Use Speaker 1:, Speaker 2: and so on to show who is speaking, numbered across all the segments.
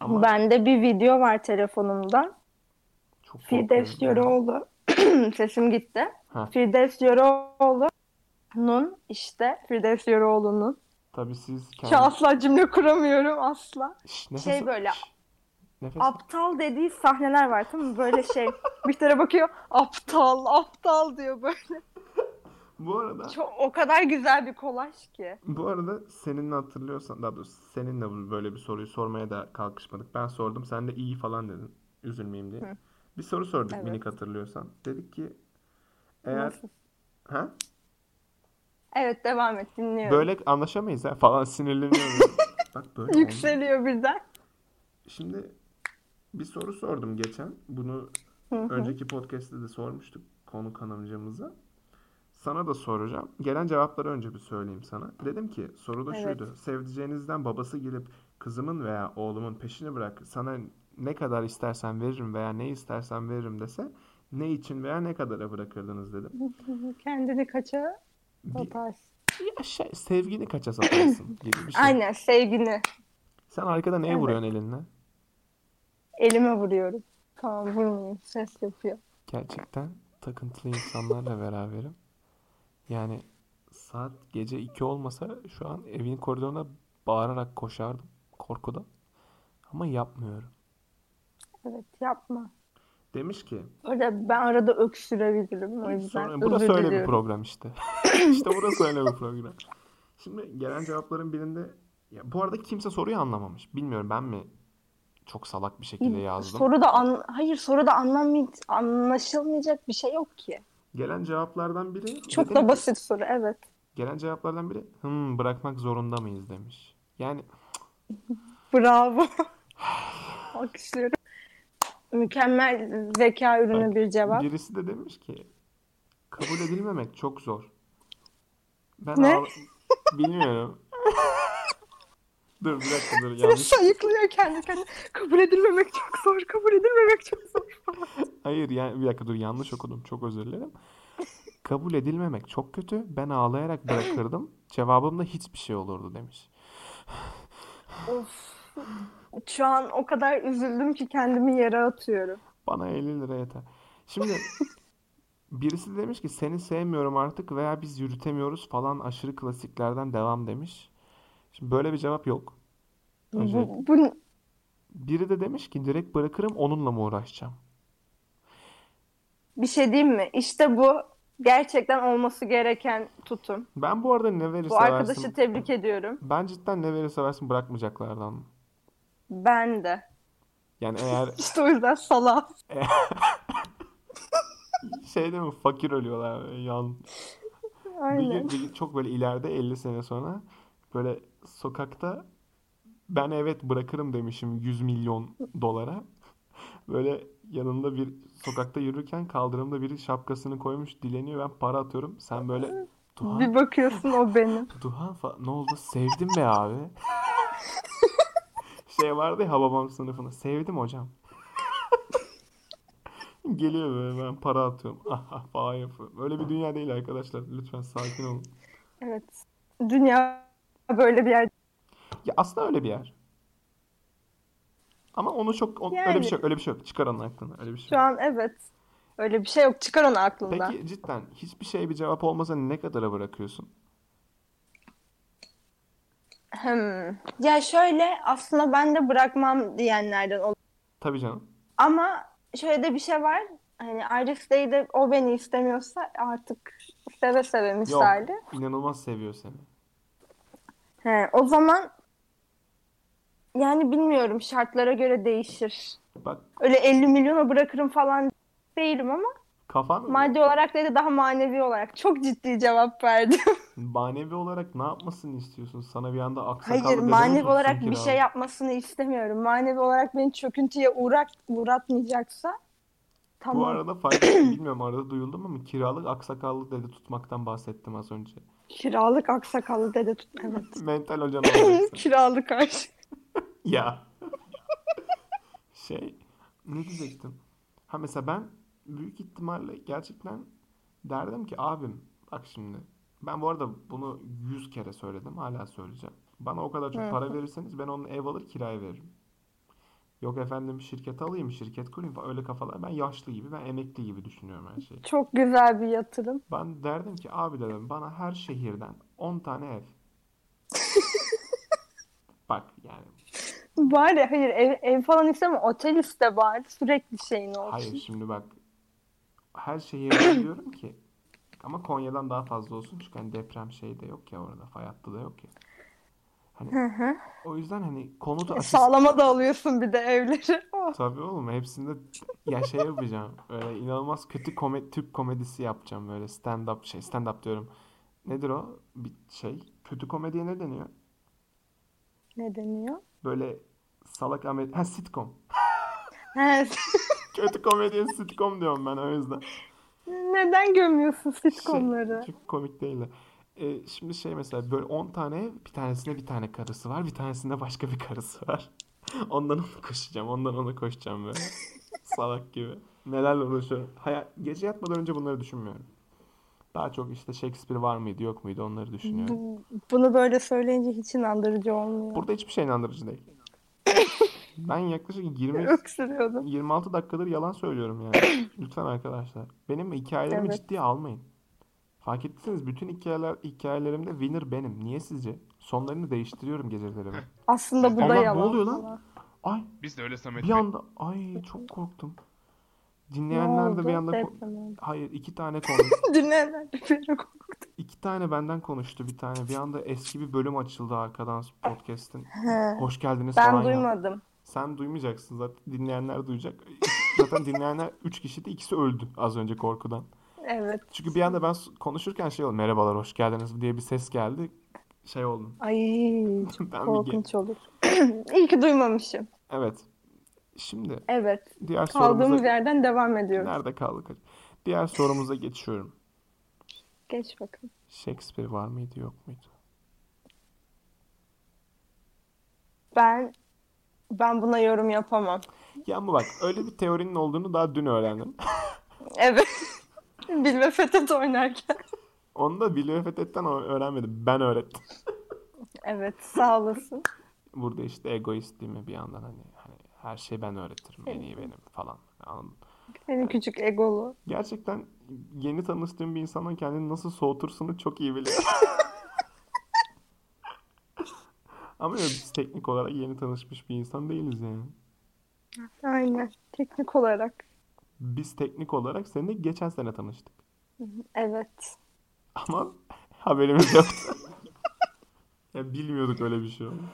Speaker 1: Ama
Speaker 2: Bende bir video var telefonumda.
Speaker 1: çok soğuk
Speaker 2: Firdevs
Speaker 1: görünüyor.
Speaker 2: Yoroğlu. Sesim gitti.
Speaker 1: Ha.
Speaker 2: Firdevs Yoroğlu'nun işte Firdevs Yoroğlu'nun.
Speaker 1: Tabii siz
Speaker 2: Ki asla cümle kuramıyorum asla.
Speaker 1: Şş, nefes
Speaker 2: şey
Speaker 1: al.
Speaker 2: böyle-
Speaker 1: Şş, nefes al.
Speaker 2: Aptal dediği sahneler var tamam mı? Böyle şey Bihter'e bakıyor aptal aptal diyor böyle.
Speaker 1: Bu arada
Speaker 2: Çok, o kadar güzel bir kolaj ki.
Speaker 1: bu arada seninle hatırlıyorsan daha doğrusu seninle bu- böyle bir soruyu sormaya da kalkışmadık. Ben sordum sen de iyi falan dedin. Üzülmeyeyim diye.
Speaker 2: Hı.
Speaker 1: Bir soru sorduk
Speaker 2: Evet.
Speaker 1: minik hatırlıyorsan. Dedik ki eğer
Speaker 2: Nasıl?
Speaker 1: ha
Speaker 2: Evet devam et dinliyorum.
Speaker 1: böyle anlaşamayız ha falan sinirleniyorum. Bak böyle olmaz.
Speaker 2: Yükseliyor birden.
Speaker 1: Şimdi bir soru sordum geçen. Bunu
Speaker 2: Hı hı.
Speaker 1: önceki podcast'te de sormuştuk konuk hanımcamıza. Sana da soracağım. Gelen cevapları önce bir söyleyeyim sana. Dedim ki soru da
Speaker 2: Evet.
Speaker 1: şuydu. Sevdiceğinizden babası gelip kızımın veya oğlumun peşini bırak. Sana ne kadar istersen veririm veya ne istersen veririm dese ne için veya ne kadara bırakırdınız dedim.
Speaker 2: Kendini kaça
Speaker 1: Bir,
Speaker 2: atarsın.
Speaker 1: bir aşağı- sevgini kaça satarsın gibi bir şey.
Speaker 2: Aynen sevgini.
Speaker 1: Sen arkada neye
Speaker 2: Evet.
Speaker 1: vuruyorsun elinle?
Speaker 2: Elime vuruyorum. Tamam vurmayayım. Ses yapıyor.
Speaker 1: Gerçekten takıntılı insanlarla beraberim. Yani saat gece 2 olmasa şu an evin koridoruna bağırarak koşardım korkudan. Ama yapmıyorum.
Speaker 2: Evet yapma.
Speaker 1: Demiş ki
Speaker 2: Orada ben arada öksürebilirim. O yüzden
Speaker 1: sonra burası
Speaker 2: özür
Speaker 1: öyle bir
Speaker 2: diliyorum.
Speaker 1: program işte. İşte burası öyle bir program. Şimdi gelen cevapların birinde ya bu arada kimse soruyu anlamamış. Bilmiyorum ben mi çok salak bir şekilde yazdım.
Speaker 2: Soru da an... hayır soru da anlam anlaşılmayacak bir şey yok ki.
Speaker 1: Gelen cevaplardan biri
Speaker 2: Çok
Speaker 1: dedim
Speaker 2: da
Speaker 1: ki-
Speaker 2: basit soru evet.
Speaker 1: Gelen cevaplardan biri hım bırakmak zorunda mıyız demiş. Yani
Speaker 2: Bravo. Alkışlıyorum. Mükemmel zeka ürünü bir cevap.
Speaker 1: Birisi de demiş ki kabul edilmemek çok zor. Ben
Speaker 2: Ne?
Speaker 1: ağla- bilmiyorum. dur bir dakika dur yanlış.
Speaker 2: Sayıklıyor kendi kendine. Kabul edilmemek çok zor. Kabul edilmemek çok zor.
Speaker 1: Hayır yani bir dakika dur yanlış okudum. Çok özür dilerim. Kabul edilmemek çok kötü. Ben ağlayarak bırakırdım. Cevabım da hiçbir şey olurdu demiş.
Speaker 2: Of. Şu an o kadar üzüldüm ki kendimi yere atıyorum.
Speaker 1: Bana 50 lira yeter. Şimdi birisi de demiş ki seni sevmiyorum artık veya biz yürütemiyoruz falan aşırı klasiklerden devam demiş. Şimdi böyle bir cevap yok. Öncelikle.
Speaker 2: Bu, bu
Speaker 1: Biri de demiş ki direkt bırakırım onunla mı uğraşacağım?
Speaker 2: bir şey diyeyim mi? İşte bu gerçekten olması gereken tutum.
Speaker 1: Ben bu arada ne verirse
Speaker 2: Bu arkadaşı
Speaker 1: versin-
Speaker 2: tebrik ediyorum.
Speaker 1: ben cidden ne verirse versin bırakmayacaklardan.
Speaker 2: Ben de.
Speaker 1: Yani eğer
Speaker 2: İşte o yüzden salak.
Speaker 1: şey değil mi fakir ölüyorlar böyle yan. Bir gün-
Speaker 2: Aynen.
Speaker 1: bir gün çok böyle ileride 50 sene sonra böyle sokakta ben evet bırakırım demişim 100 milyon dolara. Böyle yanında bir sokakta yürürken kaldırımda biri şapkasını koymuş dileniyor ben para atıyorum. Sen böyle Duhan,
Speaker 2: Bir bakıyorsun o benim.
Speaker 1: Duhan fa- ne oldu sevdim be abi. şey vardı ya babam sınıfında sevdim hocam. Geliyor böyle ben para atıyorum. Ah falan yapıyor. Böyle bir dünya değil arkadaşlar. Lütfen sakin olun.
Speaker 2: Evet. Dünya böyle bir yer.
Speaker 1: Ya aslında öyle bir yer. Ama onu çok on- öyle bir
Speaker 2: Yani.
Speaker 1: şey yok, öyle bir şey yok. Çıkar onun aklını. Öyle bir şey.
Speaker 2: Şu
Speaker 1: yok.
Speaker 2: an evet. Öyle bir şey yok. Çıkar onu aklından.
Speaker 1: Peki cidden hiçbir şey bir cevap olmasa ne kadara bırakıyorsun?
Speaker 2: Hmm. Ya şöyle aslında ben de bırakmam diyenlerden ol-
Speaker 1: Tabii canım.
Speaker 2: Ama şöyle de bir şey var. Hani Arif Bey de o beni istemiyorsa artık seve seve misali.
Speaker 1: İnanılmaz seviyor seni.
Speaker 2: He, o zaman yani bilmiyorum şartlara göre değişir.
Speaker 1: Bak
Speaker 2: Öyle 50 milyona bırakırım falan değilim ama
Speaker 1: kafan
Speaker 2: maddi olarak değil de daha manevi olarak çok ciddi cevap verdim.
Speaker 1: manevi olarak ne yapmasını istiyorsun? Sana bir anda aksakallı
Speaker 2: Hayır
Speaker 1: dede mi
Speaker 2: manevi
Speaker 1: tutsun
Speaker 2: olarak bir
Speaker 1: kiralık?
Speaker 2: şey yapmasını istemiyorum. Manevi olarak beni çöküntüye uğrat uğratmayacaksa tamam.
Speaker 1: Bu arada fark ettim bilmiyorum arada duyuldu mu ama kiralık aksakallı dede tutmaktan bahsettim az önce.
Speaker 2: Kiralık aksakallı dede tut. Evet.
Speaker 1: Mental hocan olacaksın.
Speaker 2: Kiralık aşk.
Speaker 1: Ya. Şey, ne diyecektim? Ha mesela ben büyük ihtimalle gerçekten derdim ki abim bak şimdi ben bu arada bunu 100 kere söyledim hala söyleyeceğim. Bana o kadar çok
Speaker 2: Hı
Speaker 1: para verirseniz ben onun ev alır kiraya veririm. Yok efendim şirket alayım, şirket kurayım falan öyle kafalar. Ben yaşlı gibi, ben emekli gibi düşünüyorum her şeyi.
Speaker 2: Çok güzel bir yatırım.
Speaker 1: Ben derdim ki abi dedim bana her şehirden 10 tane ev. Bak yani
Speaker 2: Bari hayır ev, ev falan isteme otel iste bari sürekli şeyin olsun.
Speaker 1: hayır şimdi bak her şehirden diyorum ki ama Konya'dan daha fazla olsun çünkü hani deprem şeyi de yok ya orada fay hattı da yok ya.
Speaker 2: Hı hı.
Speaker 1: O yüzden hani konut
Speaker 2: E,
Speaker 1: asist
Speaker 2: Sağlama da alıyorsun bir de evleri. Oh.
Speaker 1: Tabii oğlum hepsinde ya şey yapacağım. Böyle inanılmaz kötü komedi, Türk komedisi yapacağım böyle stand up şey stand up diyorum. Nedir o? Bir şey. Kötü komediye ne deniyor?
Speaker 2: Ne deniyor? böyle
Speaker 1: Böyle salak Ahmet. Ha sitcom.
Speaker 2: Evet.
Speaker 1: Kötü komediye sitcom diyorum ben o yüzden.
Speaker 2: Neden gömüyorsun sitcomları?
Speaker 1: Şey, çünkü komik değil de. Ee, şimdi şey mesela böyle 10 tane ev, bir tanesinde bir tane karısı var. Bir tanesinde başka bir karısı var. Ondan ona koşacağım. Ondan ona koşacağım böyle. Salak gibi. Nelerle uğraşıyorum. Hayal, gece yatmadan önce bunları düşünmüyorum. Daha çok işte Shakespeare var mıydı yok muydu onları düşünüyorum.
Speaker 2: Bu- bunu böyle söyleyince hiç inandırıcı olmuyor.
Speaker 1: Burada hiçbir şey inandırıcı değil. Ben yaklaşık 20
Speaker 2: Öksürüyordum.
Speaker 1: 26 dakikadır yalan söylüyorum yani. Lütfen arkadaşlar. Benim hikayelerimi
Speaker 2: Evet.
Speaker 1: ciddiye almayın. Fark ettiyseniz bütün hikayeler, hikayelerimde winner benim. Niye sizce? Sonlarını değiştiriyorum geceleri ben.
Speaker 2: Aslında bu da
Speaker 1: Ama ne
Speaker 2: yalan.
Speaker 1: oluyor lan?
Speaker 2: falan.
Speaker 1: Ay
Speaker 3: Biz de öyle Samet
Speaker 1: bir
Speaker 3: Bey.
Speaker 1: anda ay çok korktum.
Speaker 2: Ne
Speaker 1: Dinleyenler de bir
Speaker 2: oldu?
Speaker 1: anda ko-
Speaker 2: Deprem oldu.
Speaker 1: hayır iki tane konuştu.
Speaker 2: Dinleyenler de bir anda ko-
Speaker 1: iki tane benden konuştu bir tane. Bir anda eski bir bölüm açıldı arkadan podcast'in.
Speaker 2: He.
Speaker 1: Hoş geldiniz
Speaker 2: Ben
Speaker 1: falan yaptı.
Speaker 2: duymadım.
Speaker 1: Sen duymayacaksın zaten dinleyenler duyacak. Zaten dinleyenler 3 kişi de ikisi öldü az önce korkudan.
Speaker 2: Evet.
Speaker 1: Çünkü bir anda ben konuşurken şey oldu. Merhabalar hoş geldiniz diye bir ses geldi. Şey oldum.
Speaker 2: Ay çok
Speaker 1: Ben bir
Speaker 2: korkunç olur. İyi ki duymamışım.
Speaker 1: Evet. Şimdi
Speaker 2: Evet.
Speaker 1: diğer
Speaker 2: Kaldığımız
Speaker 1: sorumuza...
Speaker 2: yerden devam ediyoruz.
Speaker 1: Nerede kaldık? Diğer sorumuza geçiyorum.
Speaker 2: Geç bakalım.
Speaker 1: Shakespeare var mıydı yok muydu?
Speaker 2: Ben ben buna yorum yapamam.
Speaker 1: Ya ama bak öyle bir teorinin olduğunu daha dün öğrendim.
Speaker 2: Evet. Bilme Fethet oynarken.
Speaker 1: Onu da Billy Fethet'ten ö- öğrenmedim. Ben öğrettim.
Speaker 2: Evet sağ olasın.
Speaker 1: Burada işte egoist değil mi bir yandan hani, hani her şeyi ben öğretirim en iyi benim falan. Anladın mı?
Speaker 2: Senin küçük egolu.
Speaker 1: Gerçekten yeni tanıştığım bir insanın kendini nasıl soğutursunu çok iyi biliyor. Ama ya biz teknik olarak yeni tanışmış bir insan değiliz yani.
Speaker 2: Aynen. Teknik olarak.
Speaker 1: Biz teknik olarak seninle geçen sene tanıştık.
Speaker 2: Evet.
Speaker 1: Ama haberimiz yok. ya bilmiyorduk öyle bir şey. olduğunu.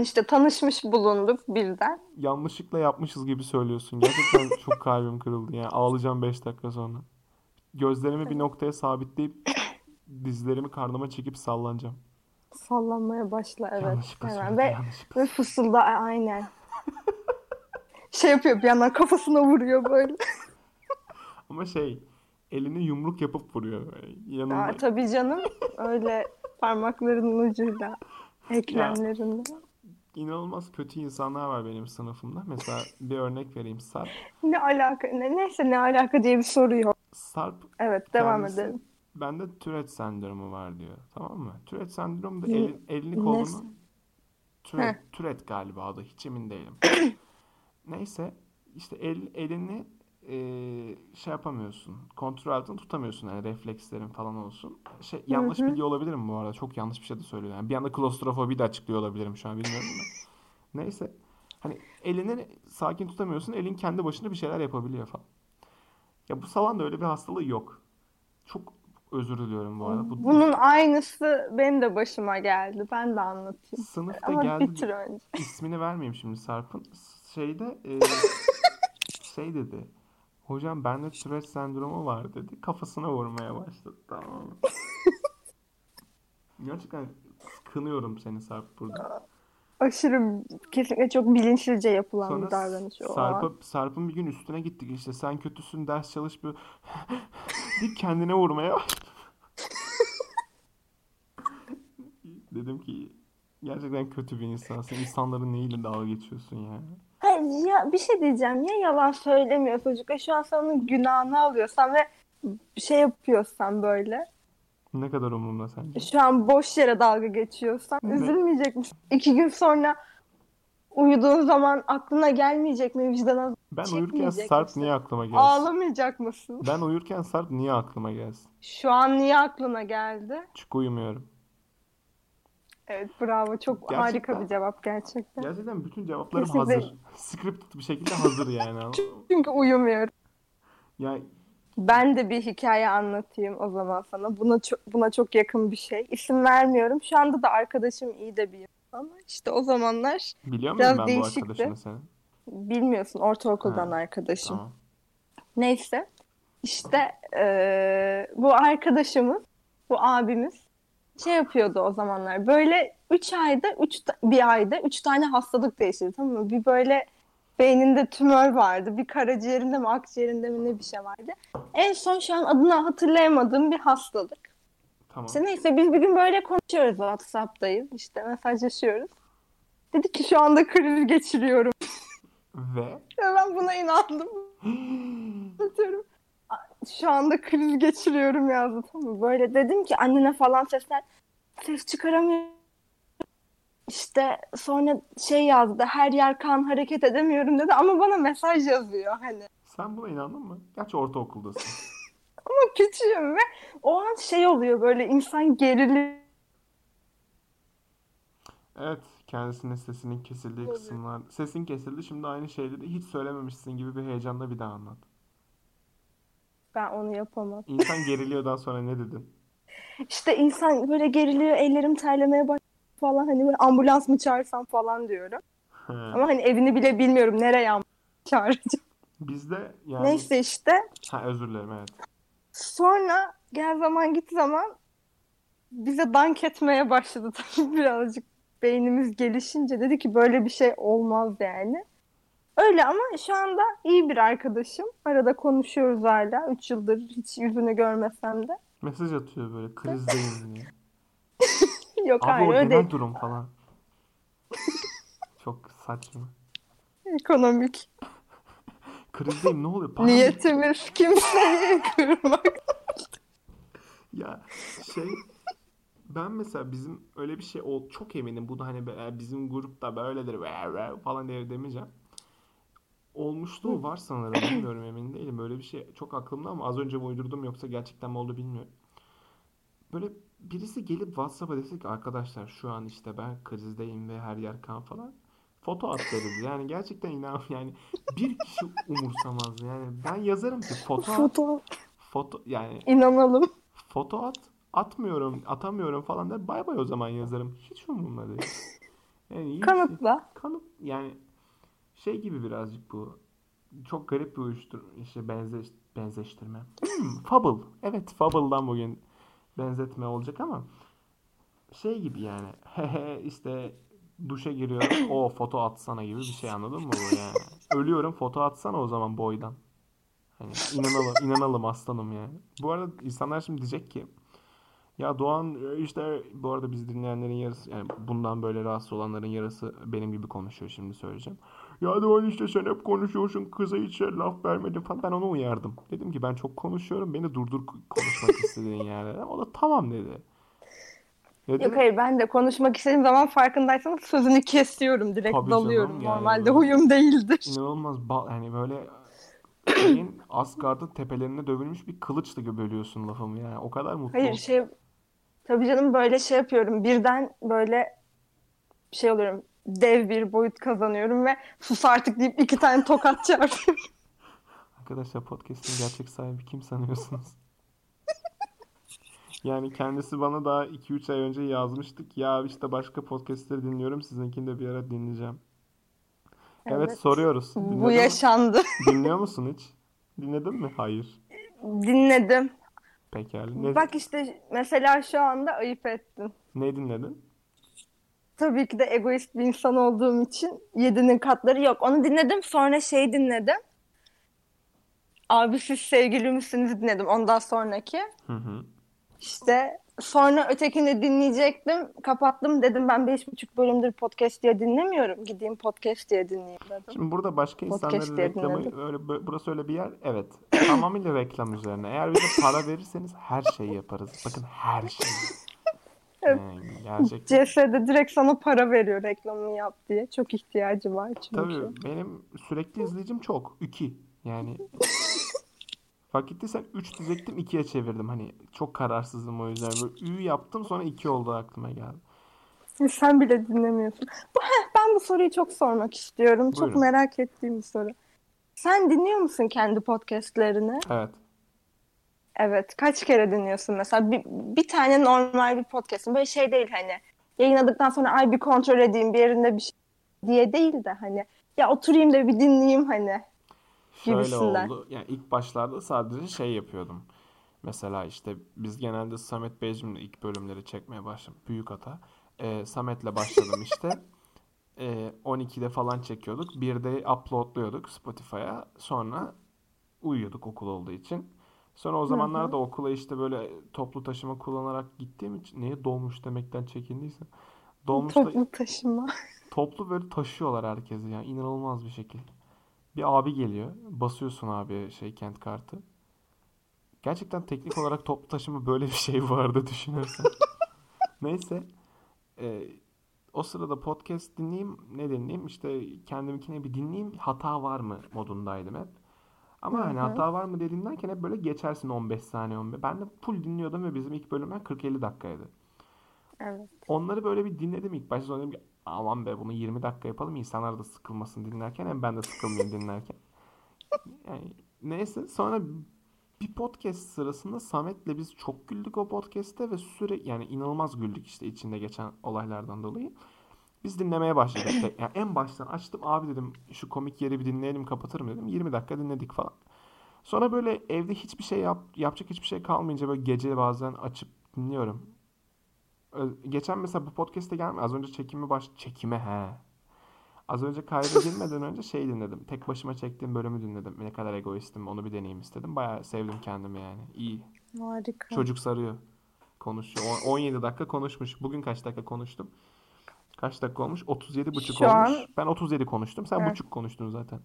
Speaker 2: işte tanışmış bulunduk birden.
Speaker 1: Yanlışlıkla yapmışız gibi söylüyorsun. Gerçekten çok kalbim kırıldı. Yani ağlayacağım 5 dakika sonra. Gözlerimi bir noktaya sabitleyip dizlerimi karnıma çekip sallanacağım.
Speaker 2: Sallanmaya başla evet.
Speaker 1: Yanlışlıkla
Speaker 2: Hemen.
Speaker 1: söyledim,
Speaker 2: Ve,
Speaker 1: yanlışlıkla.
Speaker 2: ve fısılda a- aynen. şey yapıyor bir yandan kafasına vuruyor böyle.
Speaker 1: Ama şey elini yumruk yapıp vuruyor böyle. Yanında.
Speaker 2: Aa, tabii canım. Öyle parmaklarının ucuyla. Eklemlerinde.
Speaker 1: İnanılmaz kötü insanlar var benim sınıfımda. Mesela bir örnek vereyim. Sarp.
Speaker 2: Ne alaka? Ne, neyse ne alaka diye bir soru yok.
Speaker 1: Sarp
Speaker 2: Evet devam
Speaker 1: Kendisi-
Speaker 2: edelim.
Speaker 1: bende Tourette sendromu var diyor. Tamam mı? Tourette sendromu da
Speaker 2: Ne-
Speaker 1: el- elini
Speaker 2: ne-
Speaker 1: kolunu Tourette, Tourette galiba adı. Hiç emin değilim. Neyse işte el, elini eee, şey yapamıyorsun. Kontrol altında tutamıyorsun. Yani reflekslerin falan olsun. Şey, yanlış
Speaker 2: hı.
Speaker 1: biliyor olabilirim bu arada. Çok yanlış bir şey de söylüyorum. Yani bir anda klostrofobi de açıklıyor olabilirim şu an bilmiyorum da. Neyse. Hani elini sakin tutamıyorsun. Elin kendi başına bir şeyler yapabiliyor falan. Ya bu salanda öyle bir hastalığı yok. Çok özür diliyorum bu arada. Bu
Speaker 2: Bunun aynısı benim de başıma geldi. Ben de anlatayım.
Speaker 1: sınıfta
Speaker 2: Ama
Speaker 1: geldi.
Speaker 2: bitir önce.
Speaker 1: ismini vermeyeyim şimdi Sarp'ın. S- Şeyde e, şey dedi. Hocam bende Tourette sendromu var dedi. Kafasına vurmaya başladı. Tamam. mı? Gerçekten kınıyorum seni Sarp burada.
Speaker 2: Aşırı kesinlikle çok bilinçlice yapılan
Speaker 1: Sonra
Speaker 2: bir davranış o. an.
Speaker 1: Sarp'a- Sarp'ın bir gün üstüne gittik işte sen kötüsün ders çalış bir deyip kendine vurmaya başladı. Dedim ki gerçekten kötü bir insansın. İnsanların neyle dalga geçiyorsun yani.
Speaker 2: Hayır, ya bir şey diyeceğim. Ya yalan söylemiyor çocuk. Ya şu an sen onun günahını alıyorsan ve bir şey yapıyorsan böyle.
Speaker 1: Ne kadar umurumda
Speaker 2: E,
Speaker 1: sence?
Speaker 2: Şu an boş yere dalga geçiyorsan
Speaker 1: Evet.
Speaker 2: üzülmeyecek misin? İki gün sonra uyuduğun zaman aklına gelmeyecek mi vicdan
Speaker 1: Ben
Speaker 2: Çekmeyecek
Speaker 1: uyurken Sarp
Speaker 2: misin?
Speaker 1: niye aklıma gelsin?
Speaker 2: Ağlamayacak mısın?
Speaker 1: Ben uyurken Sarp niye aklıma gelsin?
Speaker 2: Şu an niye aklına geldi?
Speaker 1: Çık uyumuyorum.
Speaker 2: Evet bravo çok
Speaker 1: Gerçekten.
Speaker 2: harika bir cevap gerçekten.
Speaker 1: Gerçekten bütün cevaplarım
Speaker 2: Kesinlikle.
Speaker 1: hazır. Scripted bir şekilde hazır yani.
Speaker 2: Çünkü uyumuyorum.
Speaker 1: yani
Speaker 2: Ben de bir hikaye anlatayım o zaman sana. Buna çok, buna çok yakın bir şey. İsim vermiyorum. Şu anda da arkadaşım iyi de bir insan ama işte o zamanlar
Speaker 1: biliyor muyum
Speaker 2: Biraz
Speaker 1: ben
Speaker 2: değişikti.
Speaker 1: bu arkadaşını senin?
Speaker 2: bilmiyorsun ortaokuldan
Speaker 1: Ha,
Speaker 2: arkadaşım.
Speaker 1: Tamam.
Speaker 2: Neyse. İşte eee, bu arkadaşımız, bu abimiz şey yapıyordu o zamanlar. Böyle 3 ayda, üç ta- bir ayda üç tane hastalık değişti tamam mı? Bir böyle beyninde tümör vardı. Bir karaciğerinde mi akciğerinde mi ne bir şey vardı. En son şu an adını hatırlayamadığım bir hastalık.
Speaker 1: Tamam.
Speaker 2: İşte neyse biz bir gün böyle konuşuyoruz WhatsApp'tayız. İşte mesajlaşıyoruz. Dedi ki şu anda kriz geçiriyorum.
Speaker 1: Ve
Speaker 2: Ya ben buna inandım. Atıyorum. "A- Şu anda kriz geçiriyorum yazdı tamam mı? Böyle dedim ki annene falan seslen. Ses çıkaramıyorum. İşte sonra şey yazdı. Her yer kan hareket edemiyorum dedi ama bana mesaj yazıyor hani.
Speaker 1: sen buna inandın mı? Gerçi ortaokuldasın.
Speaker 2: Ama küçüğüm ve o an şey oluyor böyle insan geriliyor.
Speaker 1: Evet, kendisinin sesinin kesildiği
Speaker 2: Oluyor.
Speaker 1: kısımlar. Sesin kesildi, şimdi aynı şeyleri hiç söylememişsin gibi bir heyecanla bir daha anlat.
Speaker 2: Ben onu yapamam.
Speaker 1: İnsan geriliyordan sonra ne dedin?
Speaker 2: İşte insan böyle geriliyor, ellerim terlemeye başlıyor falan hani böyle ambulans mı çağırsam falan diyorum.
Speaker 1: He.
Speaker 2: Ama hani evini bile bilmiyorum nereye ambulans çağıracağım.
Speaker 1: Bizde yani...
Speaker 2: Neyse işte.
Speaker 1: Ha, özür dilerim evet.
Speaker 2: Sonra gel zaman git zaman bize dank etmeye başladı tabii birazcık beynimiz gelişince dedi ki böyle bir şey olmaz yani. Öyle ama şu anda iyi bir arkadaşım. Arada konuşuyoruz hala. Üç yıldır hiç yüzünü görmesem de.
Speaker 1: Mesaj atıyor böyle krizdeyim diye.
Speaker 2: Yok
Speaker 1: Abi
Speaker 2: hayır
Speaker 1: o
Speaker 2: öyle
Speaker 1: genel
Speaker 2: değil.
Speaker 1: durum falan. Çok saçma.
Speaker 2: Ekonomik
Speaker 1: Krizdeyim ne oluyor? Param
Speaker 2: niyetimiz kimseyi kırmak.
Speaker 1: Ya şey ben mesela bizim öyle bir şey ol çok eminim bunu hani be- bizim grupta böyledir ve- ve falan diye demeyeceğim. Olmuşluğu var sanırım bilmiyorum emin değilim. Böyle bir şey çok aklımda ama az önce mi uydurdum yoksa gerçekten mi oldu bilmiyorum. Böyle birisi gelip WhatsApp'a dese ki arkadaşlar şu an işte ben krizdeyim ve her yer kan falan. Foto atlarız yani gerçekten inan yani bir kişi umursamaz yani ben yazarım ki foto at,
Speaker 2: Foto
Speaker 1: foto yani
Speaker 2: inanalım.
Speaker 1: Foto at. Atmıyorum, atamıyorum falan der. Bay bay o zaman yazarım. Hiç umurumda değil. Yani iyi bir şey.
Speaker 2: Kanıtla.
Speaker 1: Kanıt yani şey gibi birazcık bu. Çok garip bir uyuşturma. işte benzeş, benzeştirme. Hmm, Fable. Evet Fable'dan bugün benzetme olacak ama şey gibi yani. Hehe işte duşa giriyorum. O foto atsana gibi bir şey anladın mı bu yani? Ölüyorum foto atsana o zaman boydan. Hani inanalım, inanalım aslanım yani. Bu arada insanlar şimdi diyecek ki ya Doğan e, işte bu arada biz dinleyenlerin yarısı yani bundan böyle rahatsız olanların yarısı benim gibi konuşuyor şimdi söyleyeceğim. Ya Doğan işte sen hep konuşuyorsun kıza hiç şey laf vermedin falan. Ben onu uyardım. Dedim ki ben çok konuşuyorum beni durdur konuşmak istediğin yerden. O da tamam dedi. Dedim,
Speaker 2: Yok hayır ben de konuşmak istediğim zaman farkındaysanız sözünü kesiyorum direkt
Speaker 1: Tabii
Speaker 2: dalıyorum.
Speaker 1: canım, yani
Speaker 2: Normalde
Speaker 1: böyle.
Speaker 2: huyum değildir.
Speaker 1: inanılmaz ba- yani böyle şeyin Asgard'ın tepelerine dövülmüş bir kılıçla bölüyorsun lafımı yani. O kadar mutlu
Speaker 2: Hayır şey tabii canım böyle şey yapıyorum. Birden böyle şey oluyorum. Dev bir boyut kazanıyorum ve sus artık deyip iki tane tokat çarpıyorum.
Speaker 1: Arkadaşlar podcast'in gerçek sahibi kim sanıyorsunuz? Yani kendisi bana daha 2-3 ay önce yazmıştık. Ya işte başka podcast'leri dinliyorum. Sizinkini de bir ara dinleyeceğim. Evet,
Speaker 2: Evet.
Speaker 1: soruyoruz. Dinledin
Speaker 2: Bu
Speaker 1: mi?
Speaker 2: yaşandı.
Speaker 1: Dinliyor musun hiç? Dinledin mi? Hayır.
Speaker 2: Dinledim.
Speaker 1: Pekala. Ne,
Speaker 2: Bak işte mesela şu anda ayıp ettin.
Speaker 1: ne dinledin?
Speaker 2: Tabii ki de egoist bir insan olduğum için yedinin katları yok. Onu dinledim sonra şey dinledim. Abi siz sevgili misiniz dinledim ondan sonraki.
Speaker 1: Hı hı.
Speaker 2: İşte sonra ötekini dinleyecektim. Kapattım dedim ben beş buçuk bölümdür podcast diye dinlemiyorum. Gideyim podcast diye dinleyeyim dedim.
Speaker 1: Şimdi burada başka
Speaker 2: Podcast
Speaker 1: insanların
Speaker 2: diye
Speaker 1: reklamı
Speaker 2: dinledim.
Speaker 1: öyle bö- burası öyle bir yer. Evet. Tamamıyla reklam üzerine. Eğer bize para verirseniz her şeyi yaparız. Bakın her şeyi.
Speaker 2: Evet.
Speaker 1: Yani gerçekten.
Speaker 2: CS'de direkt sana para veriyor reklamını yap diye. Çok ihtiyacı var çünkü.
Speaker 1: Tabii benim sürekli izleyicim çok. 2. Yani fark ettiysen 3 diyecektim 2'ye çevirdim. Hani çok kararsızdım o yüzden. Böyle ü yaptım sonra 2 oldu aklıma geldi.
Speaker 2: Sen bile dinlemiyorsun. Bu- heh, Ben bu soruyu çok sormak istiyorum. Çok
Speaker 1: Buyurun.
Speaker 2: merak ettiğim bir soru. Sen dinliyor musun kendi podcastlerini?
Speaker 1: Evet.
Speaker 2: Evet. Kaç kere dinliyorsun mesela? Bir, bir tane normal bir podcast'ın böyle şey değil hani yayınladıktan sonra ay bir kontrol edeyim bir yerinde bir şey diye değil de hani ya oturayım da bir dinleyeyim hani.
Speaker 1: Şöyle
Speaker 2: Gibisinden.
Speaker 1: oldu. Yani ilk başlarda sadece şey yapıyordum. Mesela işte biz genelde Samet Beyciğim'le ilk bölümleri çekmeye başladık. Büyük hata. Ee, Samet'le başladım işte. Ee, 12'de falan çekiyorduk. 1'de uploadluyorduk Spotify'a. Sonra uyuyorduk okul olduğu için. Sonra o zamanlar da okula işte böyle toplu taşıma kullanarak gittiğim için niye dolmuş demekten çekindiysem. Dolmuşta
Speaker 2: Toplu taşıma.
Speaker 1: Toplu böyle taşıyorlar herkesi yani inanılmaz bir şekilde. Bir abi geliyor. Basıyorsun abi şey kent kartı. Gerçekten teknik olarak toplu taşıma böyle bir şey vardı düşünürsen. Neyse. Ee, o sırada podcast dinleyeyim. Ne dinleyeyim? İşte kendiminkine bir dinleyeyim. Hata var mı modundaydım hep. Ama hani hata var mı dediğimdenken hep böyle geçersin 15 saniye 15. Ben de full dinliyordum ve bizim ilk bölümler 40-50 dakikaydı.
Speaker 2: Evet.
Speaker 1: Onları böyle bir dinledim ilk başta. Sonra dedim ki aman be bunu 20 dakika yapalım insanlar da sıkılmasın dinlerken hem ben de sıkılmayayım dinlerken. Yani neyse sonra bir podcast sırasında Samet'le biz çok güldük o podcast'te ve süre yani inanılmaz güldük işte içinde geçen olaylardan dolayı. Biz dinlemeye başladık. Tek- Yani en baştan açtım abi dedim şu komik yeri bir dinleyelim kapatırım dedim. 20 dakika dinledik falan. Sonra böyle evde hiçbir şey yap, yapacak hiçbir şey kalmayınca böyle gece bazen açıp dinliyorum. Ö- Geçen mesela bu podcast'e gelme. Az önce çekimi baş çekime he. Az önce kayda girmeden önce şey dinledim. Tek başıma çektiğim bölümü dinledim. Ne kadar egoistim onu bir deneyeyim istedim. Bayağı sevdim kendimi yani. İyi.
Speaker 2: Harika.
Speaker 1: Çocuk sarıyor. Konuşuyor. On- 17 dakika konuşmuş. Bugün kaç dakika konuştum? Kaç dakika olmuş? 37 buçuk
Speaker 2: Şu an-
Speaker 1: olmuş. Ben 37 konuştum. Sen
Speaker 2: Evet.
Speaker 1: buçuk konuştun zaten.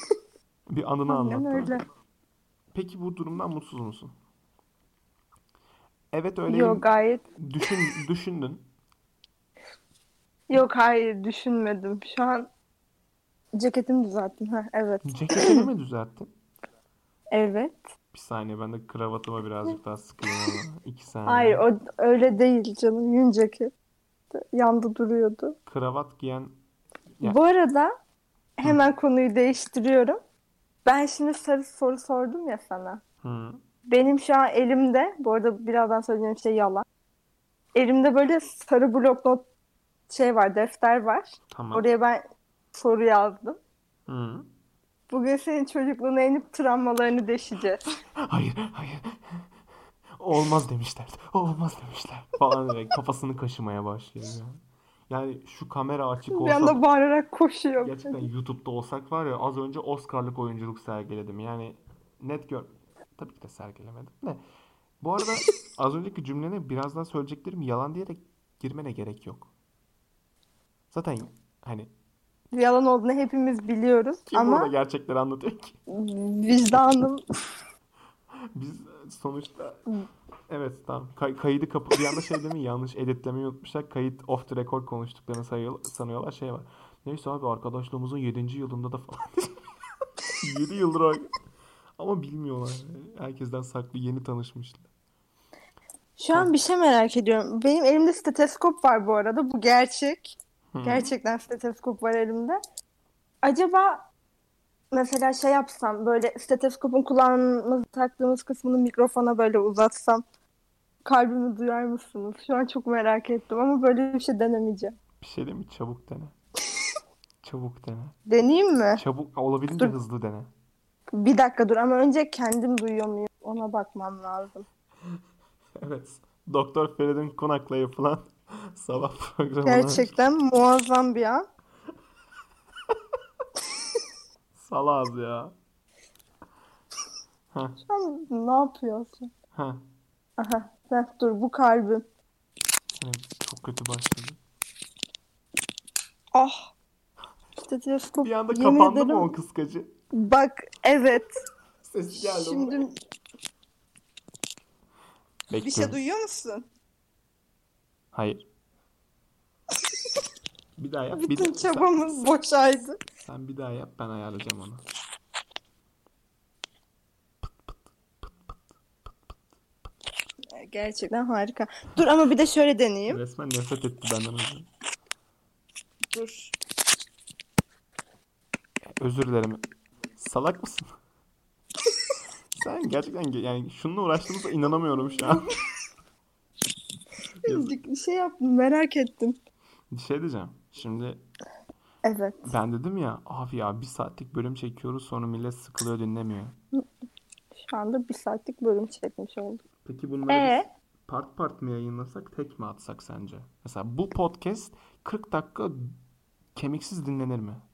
Speaker 1: bir anını
Speaker 2: Aynen
Speaker 1: anlattın.
Speaker 2: öyle.
Speaker 1: Peki bu durumdan mutsuz musun? Evet öyleyim.
Speaker 2: Yok gayet.
Speaker 1: Düşün, düşündün.
Speaker 2: Yok hayır düşünmedim. Şu an ceketimi düzelttim. Ha, evet.
Speaker 1: Ceketini mi düzelttin?
Speaker 2: Evet.
Speaker 1: Bir saniye ben de kravatıma birazcık daha sıkayım ama. İki saniye.
Speaker 2: Hayır o öyle değil canım. Yün ceket. Yanda duruyordu.
Speaker 1: Kravat giyen Ya-
Speaker 2: Bu arada hemen konuyu değiştiriyorum. Ben şimdi sarı soru sordum ya sana.
Speaker 1: Hı.
Speaker 2: Benim şu an elimde, bu arada birazdan söyleyeceğim şey yalan. Elimde böyle sarı bloknot şey var, defter var.
Speaker 1: tamam.
Speaker 2: Oraya ben soru yazdım.
Speaker 1: Hı.
Speaker 2: Bugün senin çocukluğuna inip travmalarını deşeceğiz.
Speaker 1: Hayır, hayır. Olmaz demişler. Olmaz demişler. Falan direkt kafasını kaşımaya başlıyor ya. Yani şu kamera açık
Speaker 2: Bir
Speaker 1: olsa
Speaker 2: anda bağırarak koşuyor.
Speaker 1: gerçekten YouTube'da olsak var ya az önce Oscar'lık oyunculuk sergiledim. Yani net gör... Tabii ki de sergilemedim de. Bu arada az önceki cümlene birazdan söyleyeceklerim yalan diyerek girmene gerek yok. Zaten hani
Speaker 2: Yalan olduğunu hepimiz biliyoruz
Speaker 1: kim burada
Speaker 2: ama
Speaker 1: gerçekleri anlatıyor ki?
Speaker 2: vicdanım
Speaker 1: Biz e, sonuçta evet tamam Kay- kaydı kapı bir anda şey demeyi yanlış editlemeyi unutmuşlar kayıt off the record konuştuklarını sayıyor- sanıyorlar şey var. Neyse abi arkadaşlığımızın 7. yılında da falan. 7 yıldır ar- ama bilmiyorlar. Herkesten saklı yeni tanışmışlar.
Speaker 2: Şu an bir şey merak ediyorum. Benim elimde steteskop var bu arada. Bu gerçek.
Speaker 1: Hı.
Speaker 2: Gerçekten steteskop var elimde. Acaba mesela şey yapsam böyle steteskopun kulağımızı taktığımız kısmını mikrofona böyle uzatsam kalbimi duyar mısınız? Şu an çok merak ettim ama böyle bir şey denemeyeceğim.
Speaker 1: Bir şey değil mi? Çabuk dene. Çabuk dene.
Speaker 2: Deneyeyim mi?
Speaker 1: Çabuk olabildiğince
Speaker 2: Dur.
Speaker 1: hızlı dene.
Speaker 2: Bir dakika dur ama önce kendim duyuyor muyum? Ona bakmam lazım.
Speaker 1: Evet. Doktor Feridun Konak'la yapılan sabah programına
Speaker 2: Gerçekten muazzam bir an.
Speaker 1: salaz ya. Heh,
Speaker 2: Şu an ne yapıyorsun?
Speaker 1: heh.
Speaker 2: Aha, heh, dur bu kalbim.
Speaker 1: Yani çok kötü başladı.
Speaker 2: Ah. Steteskop.
Speaker 1: Bir anda
Speaker 2: yemin
Speaker 1: kapandı
Speaker 2: ederim-
Speaker 1: mı o kıskacı?
Speaker 2: Bak evet.
Speaker 1: Ses geldi.
Speaker 2: Şimdi
Speaker 1: ona. şey
Speaker 2: bir şey duyuyor musun?
Speaker 1: Hayır. Bir daha yap. Bir
Speaker 2: Bütün
Speaker 1: de- sen,
Speaker 2: çabamız boşaydı.
Speaker 1: sen bir daha yap ben ayarlayacağım onu.
Speaker 2: Gerçekten harika. Dur ama bir de şöyle deneyeyim.
Speaker 1: Resmen nefret etti benden önce.
Speaker 2: Dur.
Speaker 1: Özür dilerim. Salak mısın? Sen gerçekten ge- yani şununla uğraştığımıza inanamıyorum şu an. Yazık.
Speaker 2: Bir şey yaptım merak ettim.
Speaker 1: Bir şey diyeceğim. Şimdi
Speaker 2: Evet.
Speaker 1: ben dedim ya abi ya bir saatlik bölüm çekiyoruz sonra millet sıkılıyor dinlemiyor.
Speaker 2: Şu anda bir saatlik bölüm çekmiş olduk.
Speaker 1: Peki bunları biz
Speaker 2: Ee,
Speaker 1: part part mı yayınlasak tek mi atsak sence? Mesela bu podcast 40 dakika kemiksiz dinlenir mi?